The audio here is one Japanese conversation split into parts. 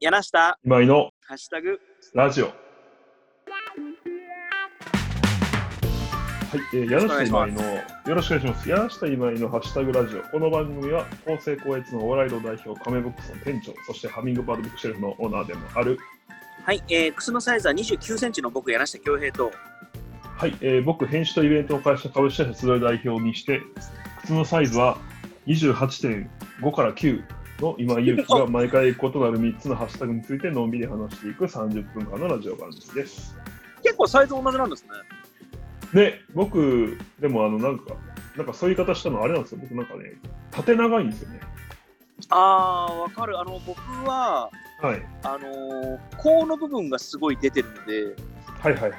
柳下、今井のハッシュタグ。ラジオ。はい、えー、柳下今井の、よろしくお願いします。柳下今井のハッシュタグラジオ。この番組は、厚生高越のお笑いの代表、カメボックスの店長、そしてハミングバードブックシェルフのオーナーでもある、はい、えー、靴のサイズは29センチの僕、柳下恭平と、はい、えー僕、編集とイベントを会社株式会社集い代表にして、靴のサイズは28.5から9の今井祐希が毎回異なる3つのハッシュタグについてのんびり話していく30分間のラジオ番組です。結構サイズ同じなんですね。で、僕、でもあの、なんか、なんかそういう言い方したのあれなんですよ。僕なんかね、縦長いんですよね。あー、わかる。あの、僕は、はい。あのー、甲の部分がすごい出てるので、はいはいはい。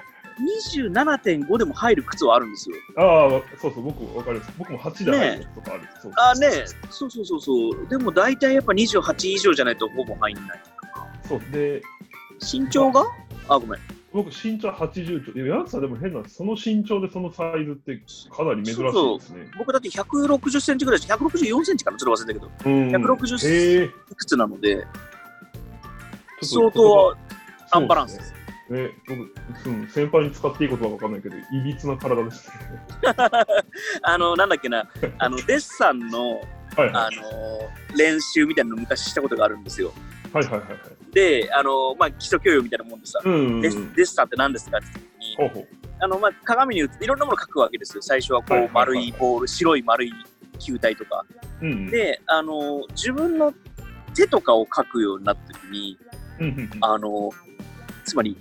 27.5でも入る靴はあるんですよ。ああ、そうそう、僕わかります。僕も8で入るやつとかある。そうそうあーね、そうそうそうそう。でも大体やっぱ28以上じゃないとほぼ入んない。そう。で、身長があ、ごめん。僕身長80ちょいや、ヤンさんでも変なんです。その身長でそのサイズってかなり珍しいですね。僕だって160センチぐらいし、164センチかなちょっと忘れたけど、うん160えーいくつなので、ち相ょっと当アンバランスそうで。ですすね。ね僕、うん、先輩に使っていいことはわかんないけど、いびつな体ですね。あの、なんだっけな、あの、デッサンの、はいはあの、練習みたいなの昔したことがあるんですよ。いはいはいはいはい。で、あの、まあ、基礎教養みたいなもんでさ、うんうんうデッん。デッサンって何ですかって時に、ほうほう。あの、まあ、鏡に映っていろんなものを描くわけですよ。最初はこはいはうい、はい丸いボール、白い丸い球体とか。うんうん。で、あの、自分の手とかを描くようになった時に、うんうんうんあの、つまり、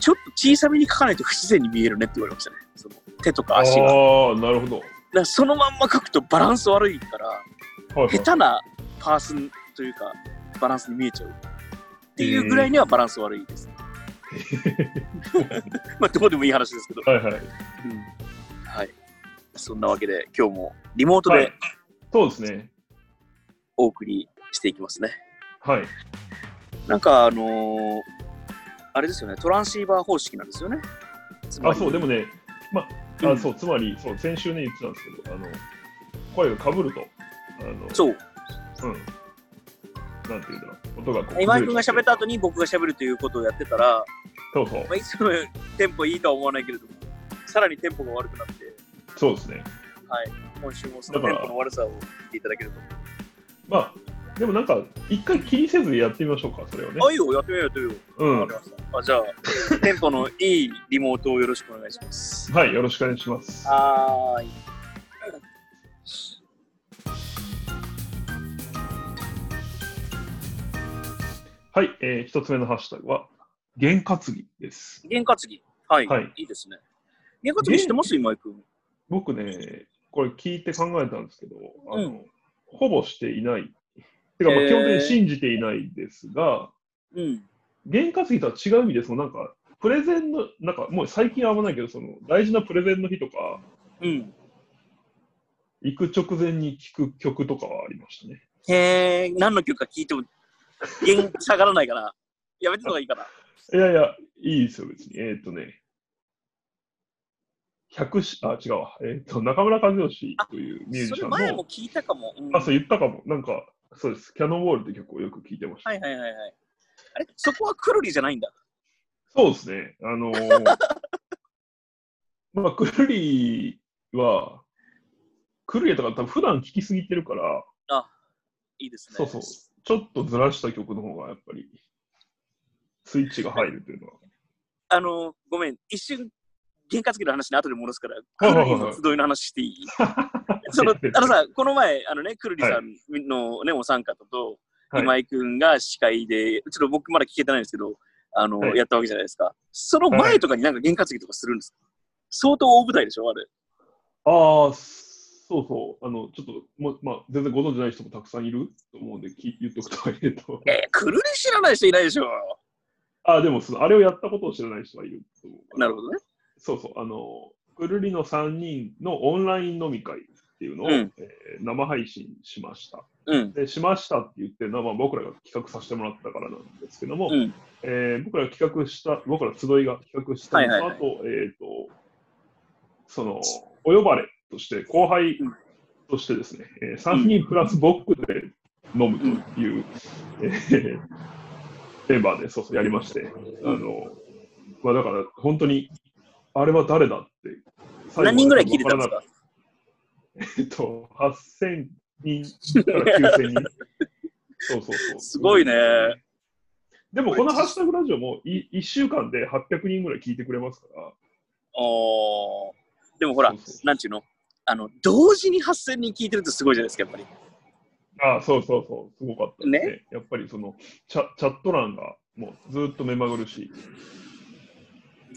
ちょっと小さめに描かないと不自然に見えるねって言われましたね。その手とか足が。だかああ、なるほど。らそのまんま描くとバランス悪いから、はいはい、 下手なパースというか、バランスに見えちゃう。っていうぐらいにはバランス悪いです。 まあ、どうでもいい話ですけど。はいはい。はい。そんなわけで、今日もリモートはでいそうですね。お送りしていきますね。はい。なんか、あのーあれですよね、トランシーバー方式なんですよね。つまあ、りそう、でもね、まうあ、んそう、つまり、そう、先週ね、言ってたんですけど、あの、声がかぶると、あの、そう。うん。なんていうんだろう、音がこう。今井君が喋った後に。に僕が喋るということをやってたら、そうそうま。あ、いつもよりテンポいいとは思わないけれども、さらにテンポが悪くなって、そうですね。はい。今週もそのテンポの悪さを聞いていただけると。まあ、でもなんか、一回気にせずやってみましょうか、それをね。あ、いいよ、やってみよう、やってみよう。うん。わかりました。あじゃあ、テンポのいいリモートをよろしくお願いします。はい、よろしくお願いします。はーい。はい、えー、一つ目のハッシュタグは、験担ぎです。験担ぎ。はい。はいい、いですね。験担ぎしてます今井君。僕ね、これ聞いて考えたんですけど、あのうほぼしていない。てか、まあへー基本的に信じていないですが、うん。験担ぎとは違う意味で、そのなんか、プレゼンの、なんかもう最近は危ないけど、その大事なプレゼンの日とか、うん。行く直前に聴く曲とかはありましたね。へえ、何の曲か聞いても、弦下がらないから、やめてた方がいいかな。いやいや、いいですよ、別に。えーっ、とね、100し、あ、違うわ。えーっ、と、中村和義というミュージそシャれン前のも、聞いたかも。うんあ、そう言ったかも。なんか、そうです。キャノンウォールって曲をよく聴いてました。はいはいはいはい。あれそこはくるりじゃないんだ。そうですね。あの ーまあ、くるりは、くるりとか多分普段聴きすぎてるから、いいですね。そうそう。ちょっとずらした曲の方がやっぱり、スイッチが入るというのは。あの、ごめん、一瞬、験担ぎの話に後で戻すから、はいくるはいりはいの集いの話してい いその、あのさ、この前、あのね、くるりさんのね、お三方と、はい今井君が司会で、ちょっと僕まだ聞けてないんですけど、あの、はいやったわけじゃないですか。その前とかになんか験担ぎとかするんですか、相当大舞台でしょ、あれ。ああ、そうそう。あの、ちょっと、もうまあ、全然ご存じない人もたくさんいると思うんで、き言っとくと、えっと。 えー、くるり知らない人いないでしょ。ああ、でも、その、あれをやったことを知らない人はいると思う。なるほどね。そうそう。あの、くるりの3人のオンライン飲み会っていうのを、うんえー生配信しました。うん。で、しましたって言ってるのは、まあ、僕らが企画させてもらったからなんですけども、うん。えー僕らが企画した、僕ら集いが企画したのと、はいはいはいあと、えっ、と、その、お呼ばれとして、後輩うんとしてですね、えー3人プラス僕で飲むという、えーペーパーでそうそうやりまして、あの、まあだから本当に、あれは誰だって。何人ぐらい聞いてたんですかえっと、8000人から9000人。そうそうそ う。すごいね。でもこのハッシュタグラジオも1週間で800人ぐらい聞いてくれますから。おーでもほらそう、そうなんちゅうのあの、同時に8000人聞いてるってすごいじゃないですか、やっぱり。ああ、そうそうそう、すごかったですね。ねやっぱりそのチャ、チャット欄がもうずっと目まぐるしい。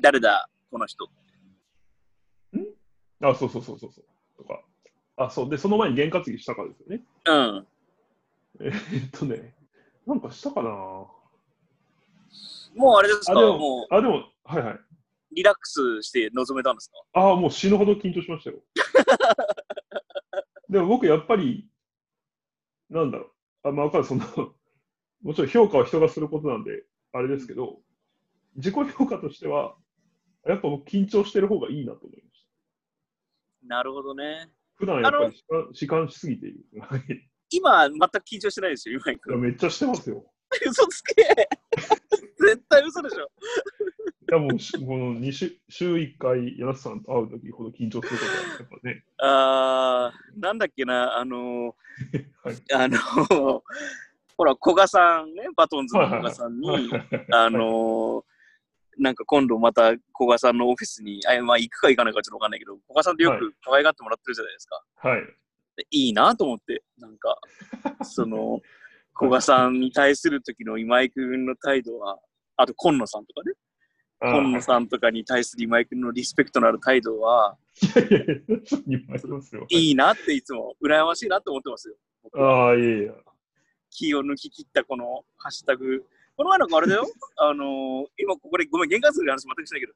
誰だ、この人。あそうそうそうそうそう。とか。あ、そう。で、その前に験担ぎしたかですよね。うん。えっとね、なんかしたかなもうあれですか、あでももあ、でも、はいはい。うリラックスして臨めたんですかああ、もう死ぬほど緊張しま したよ。でも僕、やっぱり、なんだろう。あ、まあ、わかる、その、もちろん評価は人がすることなんで、あれですけど、自己評価としては、やっぱ僕、緊張してる方がいいなと思いました。なるほどね。普段やっぱり弛緩弛緩しすぎている。はい今、全く緊張してないですよ、今井いや君。めっちゃしてますよ。 嘘つけ 絶対嘘でしょ。いやもうし、この2週、週1回、柳瀬さんと会うときほど緊張することは、やっぱね、あーなんだっけな、あのはいー、あのー、ほら、古賀さんね、バトンズの古賀さんに、あのー、なんか今度また古賀さんのオフィスに、あまあ、行くか行かないかちょっとわかんないけど、古賀さんってよはいく可愛がってもらってるじゃないですか。はい。でいいなと思って、なん か、その、古賀さんに対する時の今井君の態度は、あと今野さんとかね、あー今野さんとかに対する今井君のリスペクトのある態度は、いやいやいや、ちょっといっぱいありますよ。いいなっていつも、羨ましいなと思ってますよ。ああ、いやいや。気を抜き切ったこのハッシュタグ。この前のあれだよ、あのー今ここでごめん、喧嘩する話全くしないけど、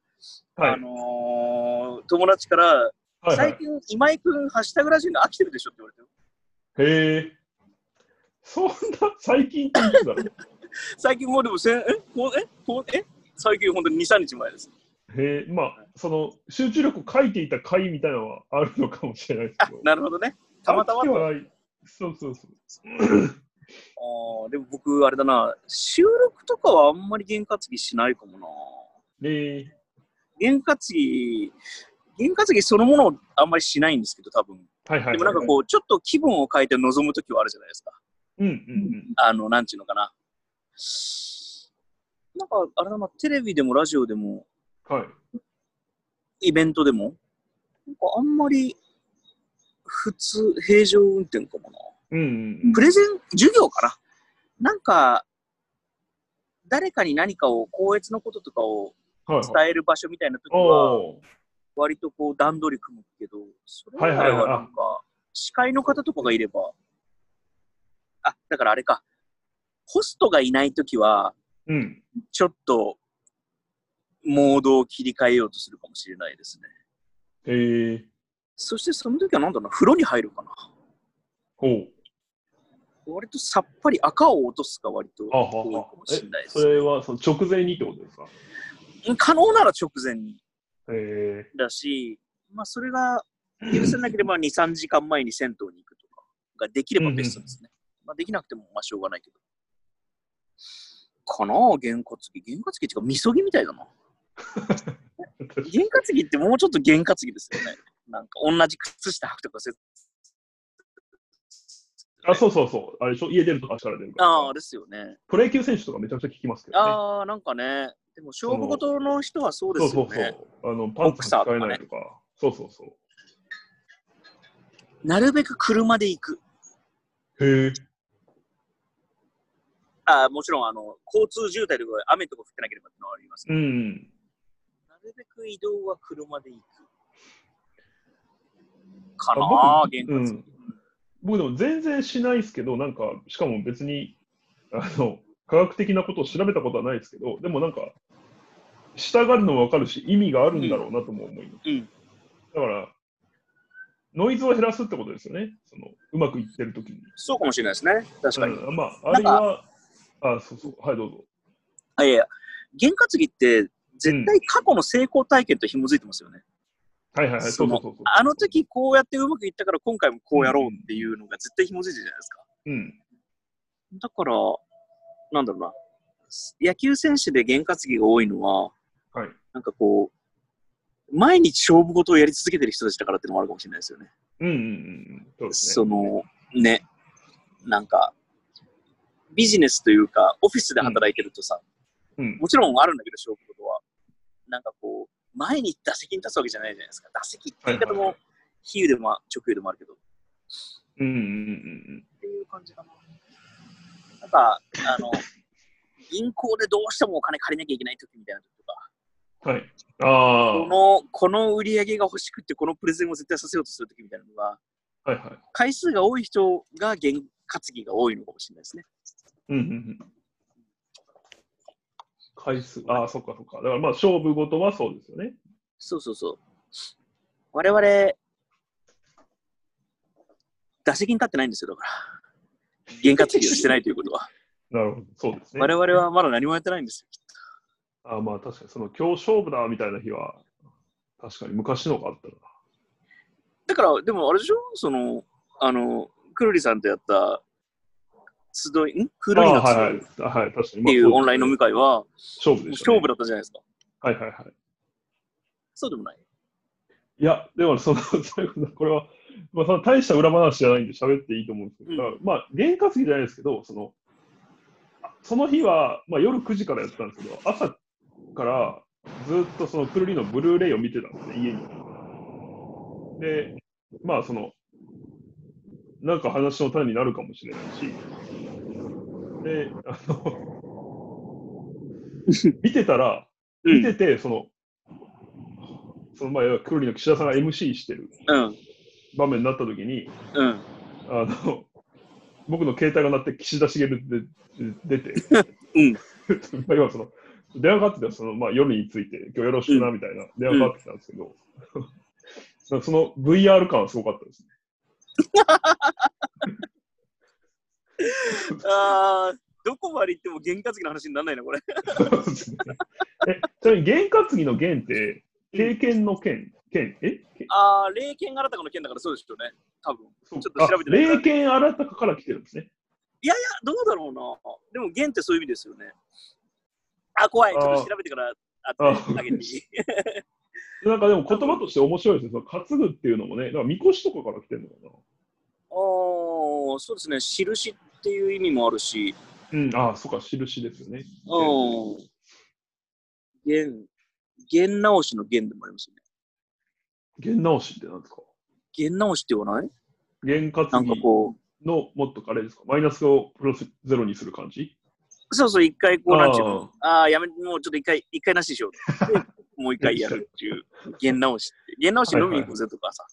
はいあ。のー友達から、はいはい最近今井君ハッシュタグラジオの飽きてるでしょって言われてよへえ。そんな、最近って言うんだろう。最近もうでもせん、えこうえこうえ最近本当に2、3日前です。へえ、まあ、その、集中力を書いていた回みたいなのはあるのかもしれないですけど。なるほどね。たまたま飽きと。はないそうそうそう。あーでも僕、あれだな、収録とかはあんまり験担ぎしないかもな。ええ。験担ぎ、験担ぎそのものをあんまりしないんですけど、多分。はいはいはい。でもなんかこう、ちょっと気分を変えて臨むときはあるじゃないですか。う。うんうんあの、なんちゅうのかな。なんか、あれだな、テレビでもラジオでも、うん。はい。イベントでも、なんかあんまり、普通、平常運転かもな。うんうんプレゼン、授業かななんか、誰かに何かを、高越のこととかをうん。はいはい。伝える場所みたいな時は、おー割とこう段取り組むけど、それ以外はなんか、司会の方とかがいれば、あ、だからあれか、ホストがいない時は、うん。ちょっと、モードを切り替えようとするかもしれないですね。へえ。そしてその時は何だろうな、風呂に入るかな。ほう。割とさっぱり赤を落とすか割とあは多いかはもしれないえでそれはその直前にってことですかす。可能なら直前にへえ。だし、まあそれが許せなければ2、3時間前に銭湯に行くとかができればベストですね。まあできなくてもまあしょうがないけど。かなあ、験担ぎ。験担ぎっていうか、みそぎみたいだな。験担ぎってもうちょっと験担ぎですよね。なんか同じ靴下履くとかせあ、そうそうそう。あれでしょ家出ると足から出るから。ああ、ですよね。プロ野球選手とかめちゃくちゃ聞きますけどね。ああ、なんかね。でも勝負事の人はそうそでうすそようね。そう。あのパンツ使えないとか。そうそうそなるべく車で行く。う。へえ。あーもちろんあの交通渋滞とか雨とか降ってなければってのはありますけうんど、うん。なるべく移動は車で行く。かなああ、僕原価うん僕でも全然しないですけど、なんか、しかも別に、あの、科学的なことを調べたことはないですけど、でもなんか、従うのもわかるし、意味があるんだろうなとも思います。うんだから、ノイズを減らすってことですよね。そのうまくいってるときに。そうかもしれないですね。確かに。うんまあ、あるいは、あ、そうそう。はい、どうぞ。あいやいや、原価継ぎって絶対過去の成功体験と紐づいてますよね。はいはいはい。そそうそのうそうそう。あの時こうやってうまくいったから今回もこうやろうっていうのが絶対紐づいてるじゃないですか。うん。だから、なんだろうな。野球選手で験担ぎが多いのは、はい。なんかこう、毎日勝負事をやり続けてる人たちだからっていうのもあるかもしれないですよね。うんうんうん。そうですそね。の、ね、なんか、ビジネスというか、オフィスで働いてるとさ、うん。もちろんあるんだけど、勝負事は。なんかこう、前に打席に立つわけじゃないじゃないですか。打席って言い方はいはいも、比喩でも直喩でもあるけど、っうんうんうんていう感じかな。なんか、あの、銀行でどうしてもお金借りなきゃいけない時みたいな時とか、うん。はい。あこの、この売り上げが欲しくって、このプレゼンを絶対させようとする時みたいなのが、あ。はいはい。回数が多い人が験担ぎが多いのかもしれないですね。うんうんうん。回数。ああ、そっかそっか。だからまあ勝負事はそうですよね。そうそうそう。我々、打席に立ってないんですよ、だから。験担ぎをしてないということは。なるほど。そう ですね。我々はまだ何もやってないんですよ。ああまあ確かに、その今日勝負だみたいな日は、確かに昔のがあったな。だから、でもあれでしょその、あの、くるりさんとやった、集い、んくるりあのあはいは集いいっ。あはい、確かに。ていうまあオンライン飲み会は、そうですね勝勝負負でした、ね。だったじゃないですか。はいはいはい。そうでもない。いや、でもその、 そういうことこれは、まあ、その大した裏話じゃないんで喋っていいと思うんですけど、うだからまあ、原価すぎじゃないですけど、その、その日は、まあ、夜9時からやってたんですけど、朝からずっとそのくるりのブルーレイを見てたんですね、家に。で、まあ、その、なんか話の種になるかもしれないし、で、あの、見てたら、見てて、その、その前はクロリの岸田さんが MC してるうん。場面になった時に、 うん。あの、僕の携帯が鳴って岸田茂でで出て、うん まあ今その、電話かかってきたその、まあ、夜について、今日よろしくなみたいな電話かかってきたんですけど、なんか その VR 感はすごかったですね。 あー、どこまで行っても験担ぎの話にならないな、これ。えちなみに、験担ぎの験って、経験の験、験、えあー、霊剣新たかの件だからそうでしょうね。多分。そうちょっと調べてないからあ霊剣新たかから来てるんですね。どうだろうな。でも、弦ってそういう意味ですよね。あ、怖い。ちょっと調べてから、ああーあげてい い。なんかでも言葉として面白いですね。その担ぐっていうのもね、だからみこしとかから来てるのかおー、そうですね。印っていう意味もあるし。な。うん、ああ、そっか、印ですよね。うん。弦、弦直しの弦でもありますよね。弦直しってなんですか弦直しって言わない弦担なんかぎこのもっとあれですかマイナスをプラスゼロにする感じう、そうそう、一回こう、なんていうの、あああー、やめ、もうちょっと一回、一回なしでしよう。でもう一回やるっていう、弦直しって。弦直し飲みに行こうぜとかさ。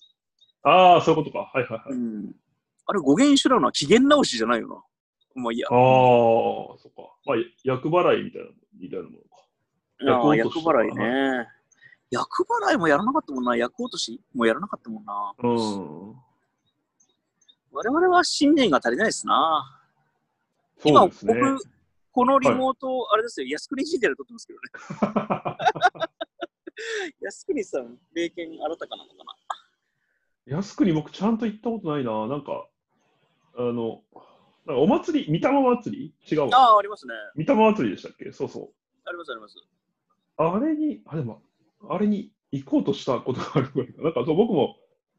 ーあー、そういうことか。はいはいはい。うん。あれ、語源一緒だな。機嫌直しじゃないよな。まあいいや。ああ、そっか。まあ、厄払いみたいなものみたいなものか。ああ、厄役落としとか払いね。役払いもやらなかったもんな。役落としもやらなかったもんな。うん。我々は信念が足りないですな。そうですね。今、 僕、このリモート、あれですよ、靖国神社で撮ってますけどね。 靖国さん、霊験新たかなのかな。靖国僕ちゃんと行ったことないな。なんか、あの、なんかお祭り、御霊祭り違うわ。ああ、ありますね。御霊祭りでしたっけそうそう。あります、あります。あれに、あれも、あれに行こうとしたことがあるぐらいかな。なんかそう僕も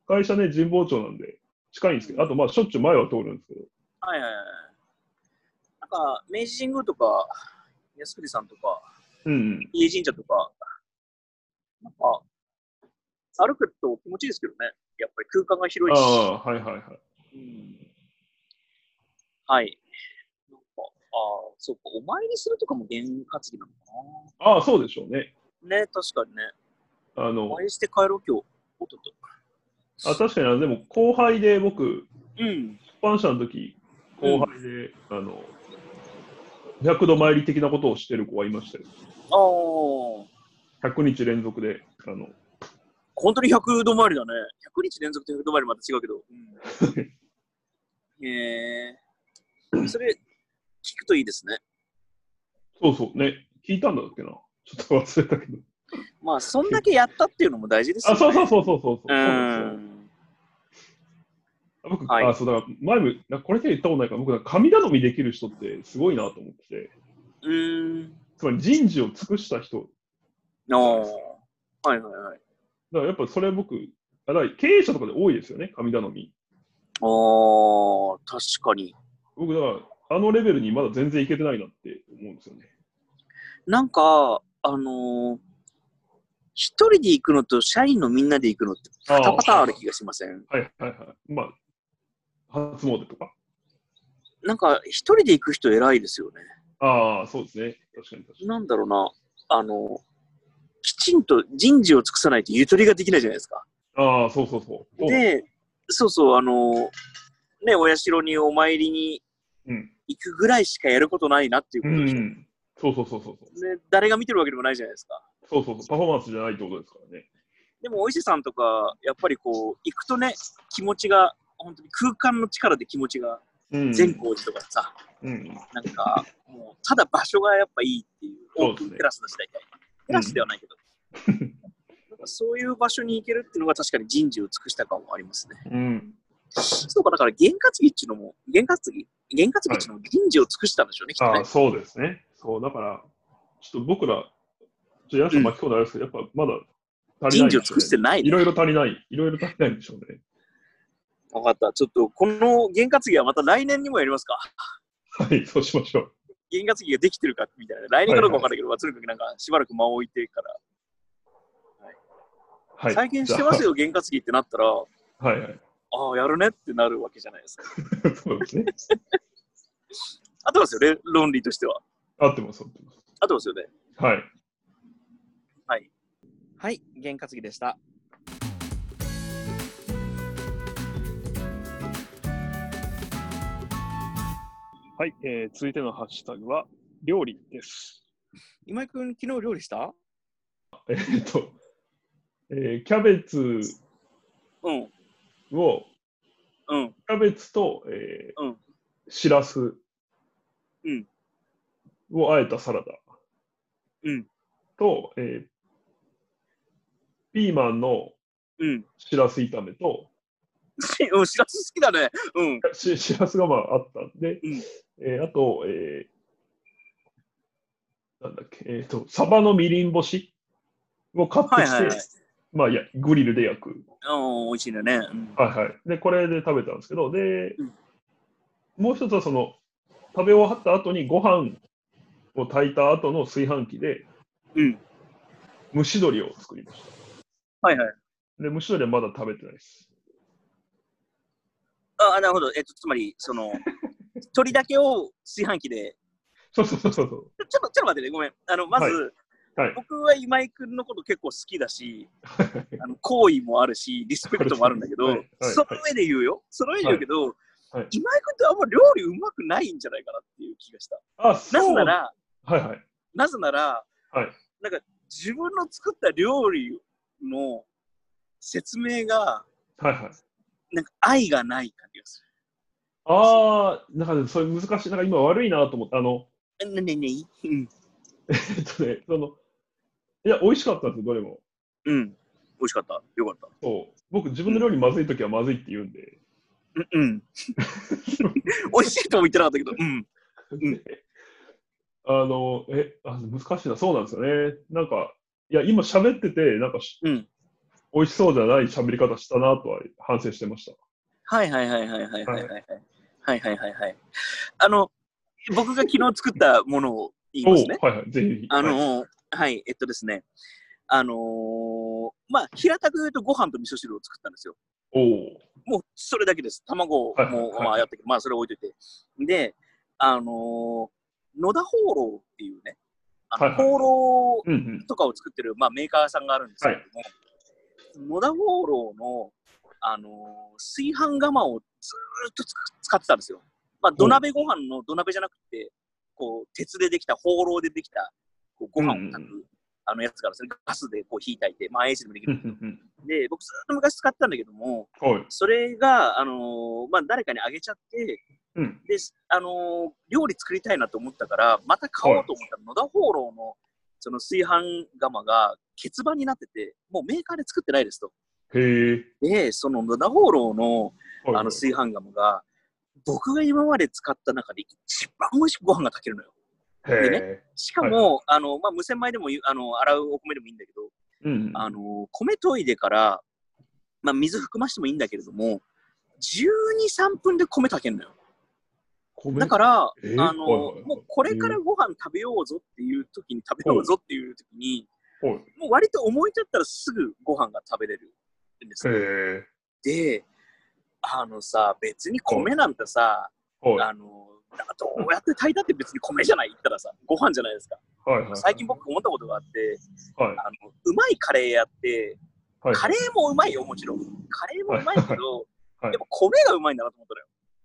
会社ね、神保町なんで近いんですけど、あとまあしょっちゅう前は通るんですけど、はいはいはい。なんか、明治神宮とか、靖国さんとか、うんうん、家神社とか、なんか、歩くと気持ちいいですけどね。やっぱり空間が広いし。ああ、はいはいはい。うんはい。なんか、ああ、そうか、お参りするとかも験担ぎなのかああ、そうでしょうね。な。ね、確かにね。あおの、参りして帰ろう、今日。おっとっと。あ確かにあの、でも後輩で僕、うん。出版社の時後輩で、あの、100度参り的なことをしてる子がいましたよ。ああ、 100日連続で、あの、本当に100度参りだね。100日連続で100度参りまた違うけど。 うん、へえ。それ、聞くといいですね。そうそうね、聞いたんだっけな。ちょっと忘れたけど。まあ、そんだけやったっていうのも大事ですよあ、ね。そうそうそうそうそうそう。そううですん。よ僕、はいあそうだから前もなんかこれで言ったことないから僕なんか神頼みできる人ってすごいなと思っててうーん。つまり人事を尽くした人。ああ。はいはいはい。だからやっぱそれは僕、あだから経営者とかで多いですよね、神頼み。ああ、確かに。僕、だからあのレベルにまだ全然いけてないなって思うんですよね。なんか、あのー一人で行くのと社員のみんなで行くのってあ2パターンあーる気がしませんはいはいはい。まあ、初詣とか。なんか一人で行く人偉いですよね。ああ、そうですね。確かに確かに。なんだろうな、あの、きちんと人事を尽くさないとゆとりができないじゃないですか。ああ、そうそうそう。で、そうそう、あの、ね、お社にお参りにうん。行くぐらいしかやることないなっていうこうとでしょ。ね、ん。そうそうそうそうそう。誰が見てるわけでもないじゃないですか。そうそうそう。パフォーマンスじゃないってことですからね。でも、お医者さんとか、やっぱりこう、行くとね、気持ちが、本当に空間の力で気持ちが、うん。善光寺とかさ、うん。なんか、もう、ただ場所がやっぱいいっていう、そオーうでプすねンテラスだし、大体。テラスではないけど。なんかそういう場所に行けるっていうのが確かに人事を尽くした感はありますね。うん。そうか、だから、験担ぎっていうのも、験担ぎ験担ぎっていうのも人事を尽くしたんでしょうね、きっとあねあ、。そうですね。そう、だから、ちょっと僕ら、ちょっとやつ巻き込んであれですけど、やっぱまだ足りな人いん事を尽ですよねくしてないいね。ろいろ足りない。いろいろ足りないんでしょうね。分かった。ちょっと、この験担ぎはまた来年にもやりますか。はい、そうしましょう。験担ぎができてるかみたいな。来年かどうか分かんないけど、まあとにかくなんか、しばらく間を置いてから、はい。再現してますよ。よ、験担ぎってなったら、あはいはい。あ、やるねってなるわけじゃないですか。 そうですね。あとはですよね、論理としては。合ってます、合ってます。あとはですよね。はい。はい。はい、験担ぎでした。はい、えー続いてのハッシュタグは、料理です。今井君、昨日料理したえーっと、えーキャベツうん、を、うん、キャベツと、えーうんしらすうんをあえたサラダうん、と、えーピーマンのうん。 しらす炒めと、うん、しらす好きだね。うん。ししらすがまああったんで、うんえーあと、えーなんだっけ、えっ、と、サバのみりん干しを買ってきて、はいはいはいまあいや、グリルで焼く。うん、美味しいんだね。うんはいはい。で、これで食べたんですけど、で、うんもう一つはその、食べ終わった後にご飯を炊いた後の炊飯器でうん。蒸し鶏を作りましはいはい。た。で、蒸し鶏はまだ食べてないです。あ、なるほど。えっと、つまり、そ の、鳥だけを炊飯器で。そうそうそうそう。ちょちょっと、ちょっと待ってね。ごめん。あの、まず、はいはい僕は今井くんのこと結構好きだし、あの好意もあるし、リスペクトもあるんだけど、はいはいはいその上で言うよ。その上で言うけど、はいはい今井くんってあんま料理うまくないんじゃないかなっていう気がした。あ、なそぜうなら、はいはい。なぜなら、はいなんか自分の作った料理の説明が、はいはい。なんか愛がない感じがすあー、なんかねそれ難しい。なんか今悪いなと思って、あの、 る。ねねねうん。えっとね、その、いや、美味しかったんですよ、どれも。うん。美味しかった。よかった。そう。僕、自分の料理まずいときはまずいって言うんで。うん。 うん。美味しいとも言ってなかったけど、うん。うんあの、え、あ難しいな、そうなんですよね。なんか、いや、今喋ってて、なんかし、うん美味しそうじゃない喋り方したなとは反省してました。はいはいはいはいはいはいはい。はいはいはいはいはい。あの、僕が昨日作ったものを言いますね。おうはいはい、ぜひぜひ。あのはい、ーはい、えっとですね。あのーまあ、平たく言うとご飯と味噌汁を作ったんですよ。おうもうそれだけです。卵をはいはいもはういまあやったけど、まあそれ置いといて。で、あのー野田放浪っていうね、あはいのはい放浪うんうん。とかを作ってる、まあ、メーカーさんがあるんですけども、野田放浪の、あのー炊飯釜をずーっとつ使ってたんですよ。まあ、土鍋ご飯の土鍋じゃなくて、こう、鉄でできた、放浪でできた、こうご飯を炊く、うんうあのやつから、それガスでこう火炊いて、まあ、衛生でもできうんうる。んうん。で、僕ずーっと昔使ってたんだけども、おい。それが、あのーまあ、誰かにあげちゃって、うん。で、あのー料理作りたいなと思ったから、また買おうと思ったら、野田放浪のその炊飯釜が欠番になってて、もうメーカーで作ってないですと。へえ。で、その野田放浪のおいあの炊飯釜が、僕が今まで使った中で一番美味しくご飯が炊けるのよ。でねえ。しかも、あの、まあ、無洗米でも、あの、洗うお米でもいいんだけど、うん。あの、米研いでから、まあ、水含ましてもいいんだけれども、12、3分で米炊けるのよ。米だから、えーあはいはいのはい、もうこれからご飯食べようぞっていう時に食べようぞっていう時に、はいもう割と思い立ったらすぐご飯が食べれるんですへよ。え。で、あのさ、別に米なんてさ、はい。あの、だからどうやって炊いたって別に米じゃない言ったらさ、ご飯じゃないですか。はいはい。最近僕思ったことがあって、はあい。のうまいカレー屋って、はい。カレーもうまいよ、もちろん。カレーもうまいけど、はいやっぱ米がうまいんだなと思っ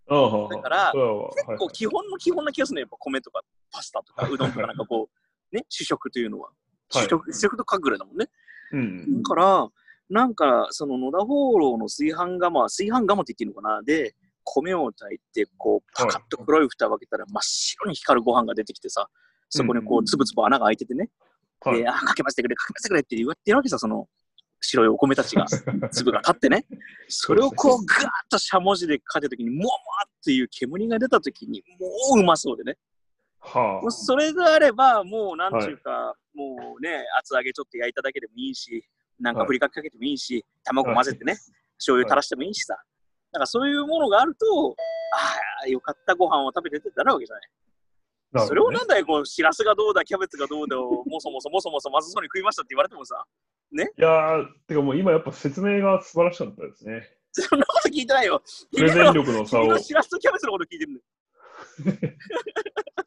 たのよ。ああはあだからそれは結構基本の基本な気がするね、やっぱ米とかパスタとかうどんとかなんかこう、 ね、主食というのは。はい主食主食とかぐらいだもんね。うん。だから、なんか、その野田放浪の炊飯釜、炊飯釜って言っていいのかな、で、米を炊いて、こう、パカッと黒い蓋を開けたら、真っ白に光るご飯が出てきてさ、そこにこうんう、つぶつぶ穴が開いててね、はいで、あ、かけましてくれ、かけましてくれって言われてるわけさ、その、白いお米た ちが、粒が立ってね、それをこう、ぐーっとしゃもじでかけたときに、もわもわっていう煙が出たときに、もううまそうでね、はもうあ。それがあれば、もうなんちゅうか、もうね、厚揚げちょっと焼いただけでもいいし、なんかふりかけかけてもいいし、卵混ぜてね、醤油垂らしてもいいしさ。なんかそういうものがあると、ああ、よかったご飯を食べてってなるわけじゃない。なるほどねそれをなんだよ、こう、しらすがどうだ、キャベツがどうだを、もそもそもそもそまずそうに食いましたって言われてもさ、いやー、てかもう今やっぱ説明が素晴らしかったですね。そんなこと聞いて ないよ。プレゼン力の差君をの。しらすとキャベツのこと聞いてるんだよ。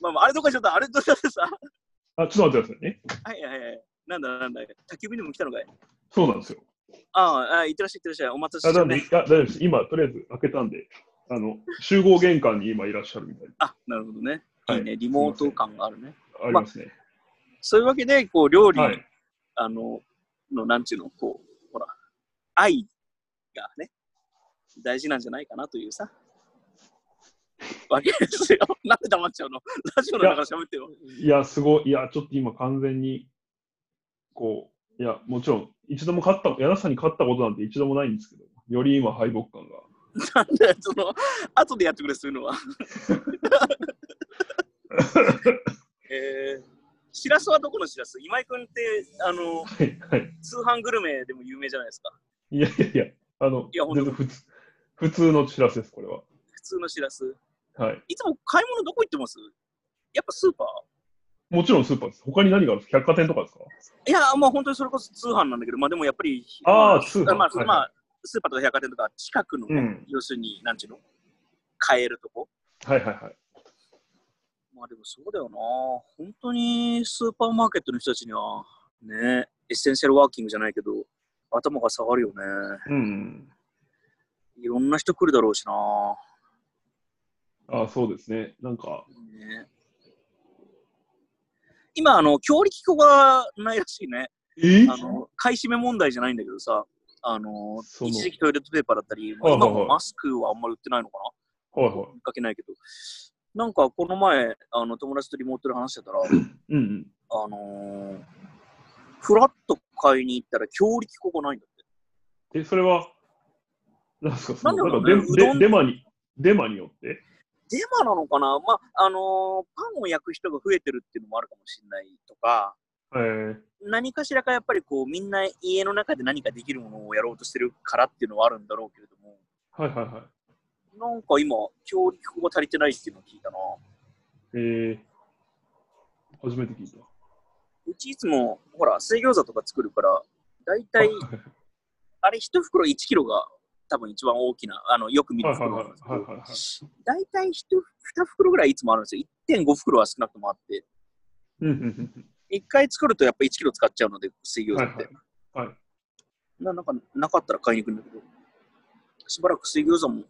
まあまあ、あれどっかちょっと、あれどっかでさ、あ、ちょっと待ってくださはいね。いはいはい。なんだなんだ、宅急便でも来たのかいそうなんですよ。ああ、いってらっしゃい、いってらっしゃい。お待たせあ、しなてんで、ね。あ大丈夫です。今、とりあえず開けたんで、あの、集合玄関に今いらっしゃるみたいあ、なるほどね。はいいいね。リモート感があるね。な。ありますね。そういうわけで、こう、料理、はい。あの、の、なんちゅうの、こう、ほら、愛がね、大事なんじゃないかなというさ、わけですよ。なんで黙っちゃうのラジオの中で喋ってよ。いや、すごい。いや、ちょっと今完全に、こう、いや、もちろん、一度も勝った、柳さんに勝ったことなんて一度もないんですけど、より今敗北感なが。んで、 その、後でやってくれ、そういう のは。えー、しらすはどこのしらす今井君って、あの、はい、はい。通販グルメでも有名じゃないですか。いやいやいや、あの、いやほんと全然普通、普通の知らせです、これは。普通のしらす。はい。いつも買い物どこ行ってますやっぱスーパーもちろんスーパーです。他に何があるんですか百貨店とかですかいや、まあ本当にそれこそ通販なんだけど、まあでもやっぱり、あーま通販まあ、はいはいまあスーパーとか百貨店とか近くのね、うん要するに、なんちゅうの、買えるとこ。はいはいはい。まあでもそうだよな、本当にスーパーマーケットの人たちには、ね、エッセンシャルワーキングじゃないけど、頭が下がるよね。うん。いろんな人来るだろうしな。あそうですね。なんか、ね、今、あの、強力粉がないらしいね。えあの買い占め問題じゃないんだけどさ、あのその一時期トイレットペーパーだったり、まあはいはいはい今もマスクはあんまり売ってないのかはいな、は見かけないけど、なんかこの前、あの友達とリモートで話してたら、い。うんあのー、フラッと買いに行ったら強力粉がないんだって。うん。え、それは、なんですか、その、なんだなろんうねかうデどデんデマに、デマによってデマなのかな、まああのーパンを焼く人が増えてるっていうのもあるかもしれないとか、えー、何かしらかやっぱりこうみんな家の中で何かできるものをやろうとしてるからっていうのはあるんだろうけれども、はいはいはい。なんか今、強力粉が足りてないっていうのを聞いたな。えー、初めて聞いた。うちいつも、ほら、水餃子とか作るから、だいたい、あれ、一袋1キロが多分一番大きな、あの、よく見はるいはい袋なはいんですけはいど、はいはい。だいたい2袋ぐらいいつもあるんですよ。1.5袋は少なくともあって。うんうん1回作るとやっぱ1キロ使っちゃうので、水餃子って。はいはいはいななんか、なかったら買いに行くんだけど、しばらく水餃子も、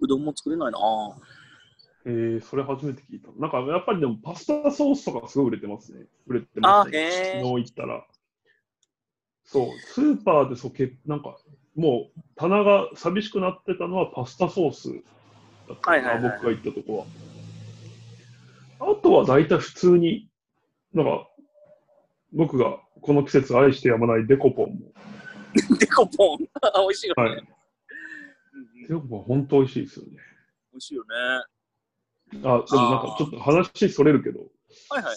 うどんも作れないなぁ。 うん。えー、それ初めて聞いた。なんかやっぱりでもパスタソースとかすごい売れてますね。売れてますね。あへー昨日行ったら。そう、スーパーでそうけなんかもう棚が寂しくなってたのはパスタソースだったかな、はいはいはい僕が行ったとこは。あとは大体普通に、なんか僕がこの季節愛してやまないデコポンも。デコポン、 美味しいよね。うはいんうんデコポン本当美味しいですよね。美味しいよね。あ、でもなんかちょっと話それるけど、はいはい。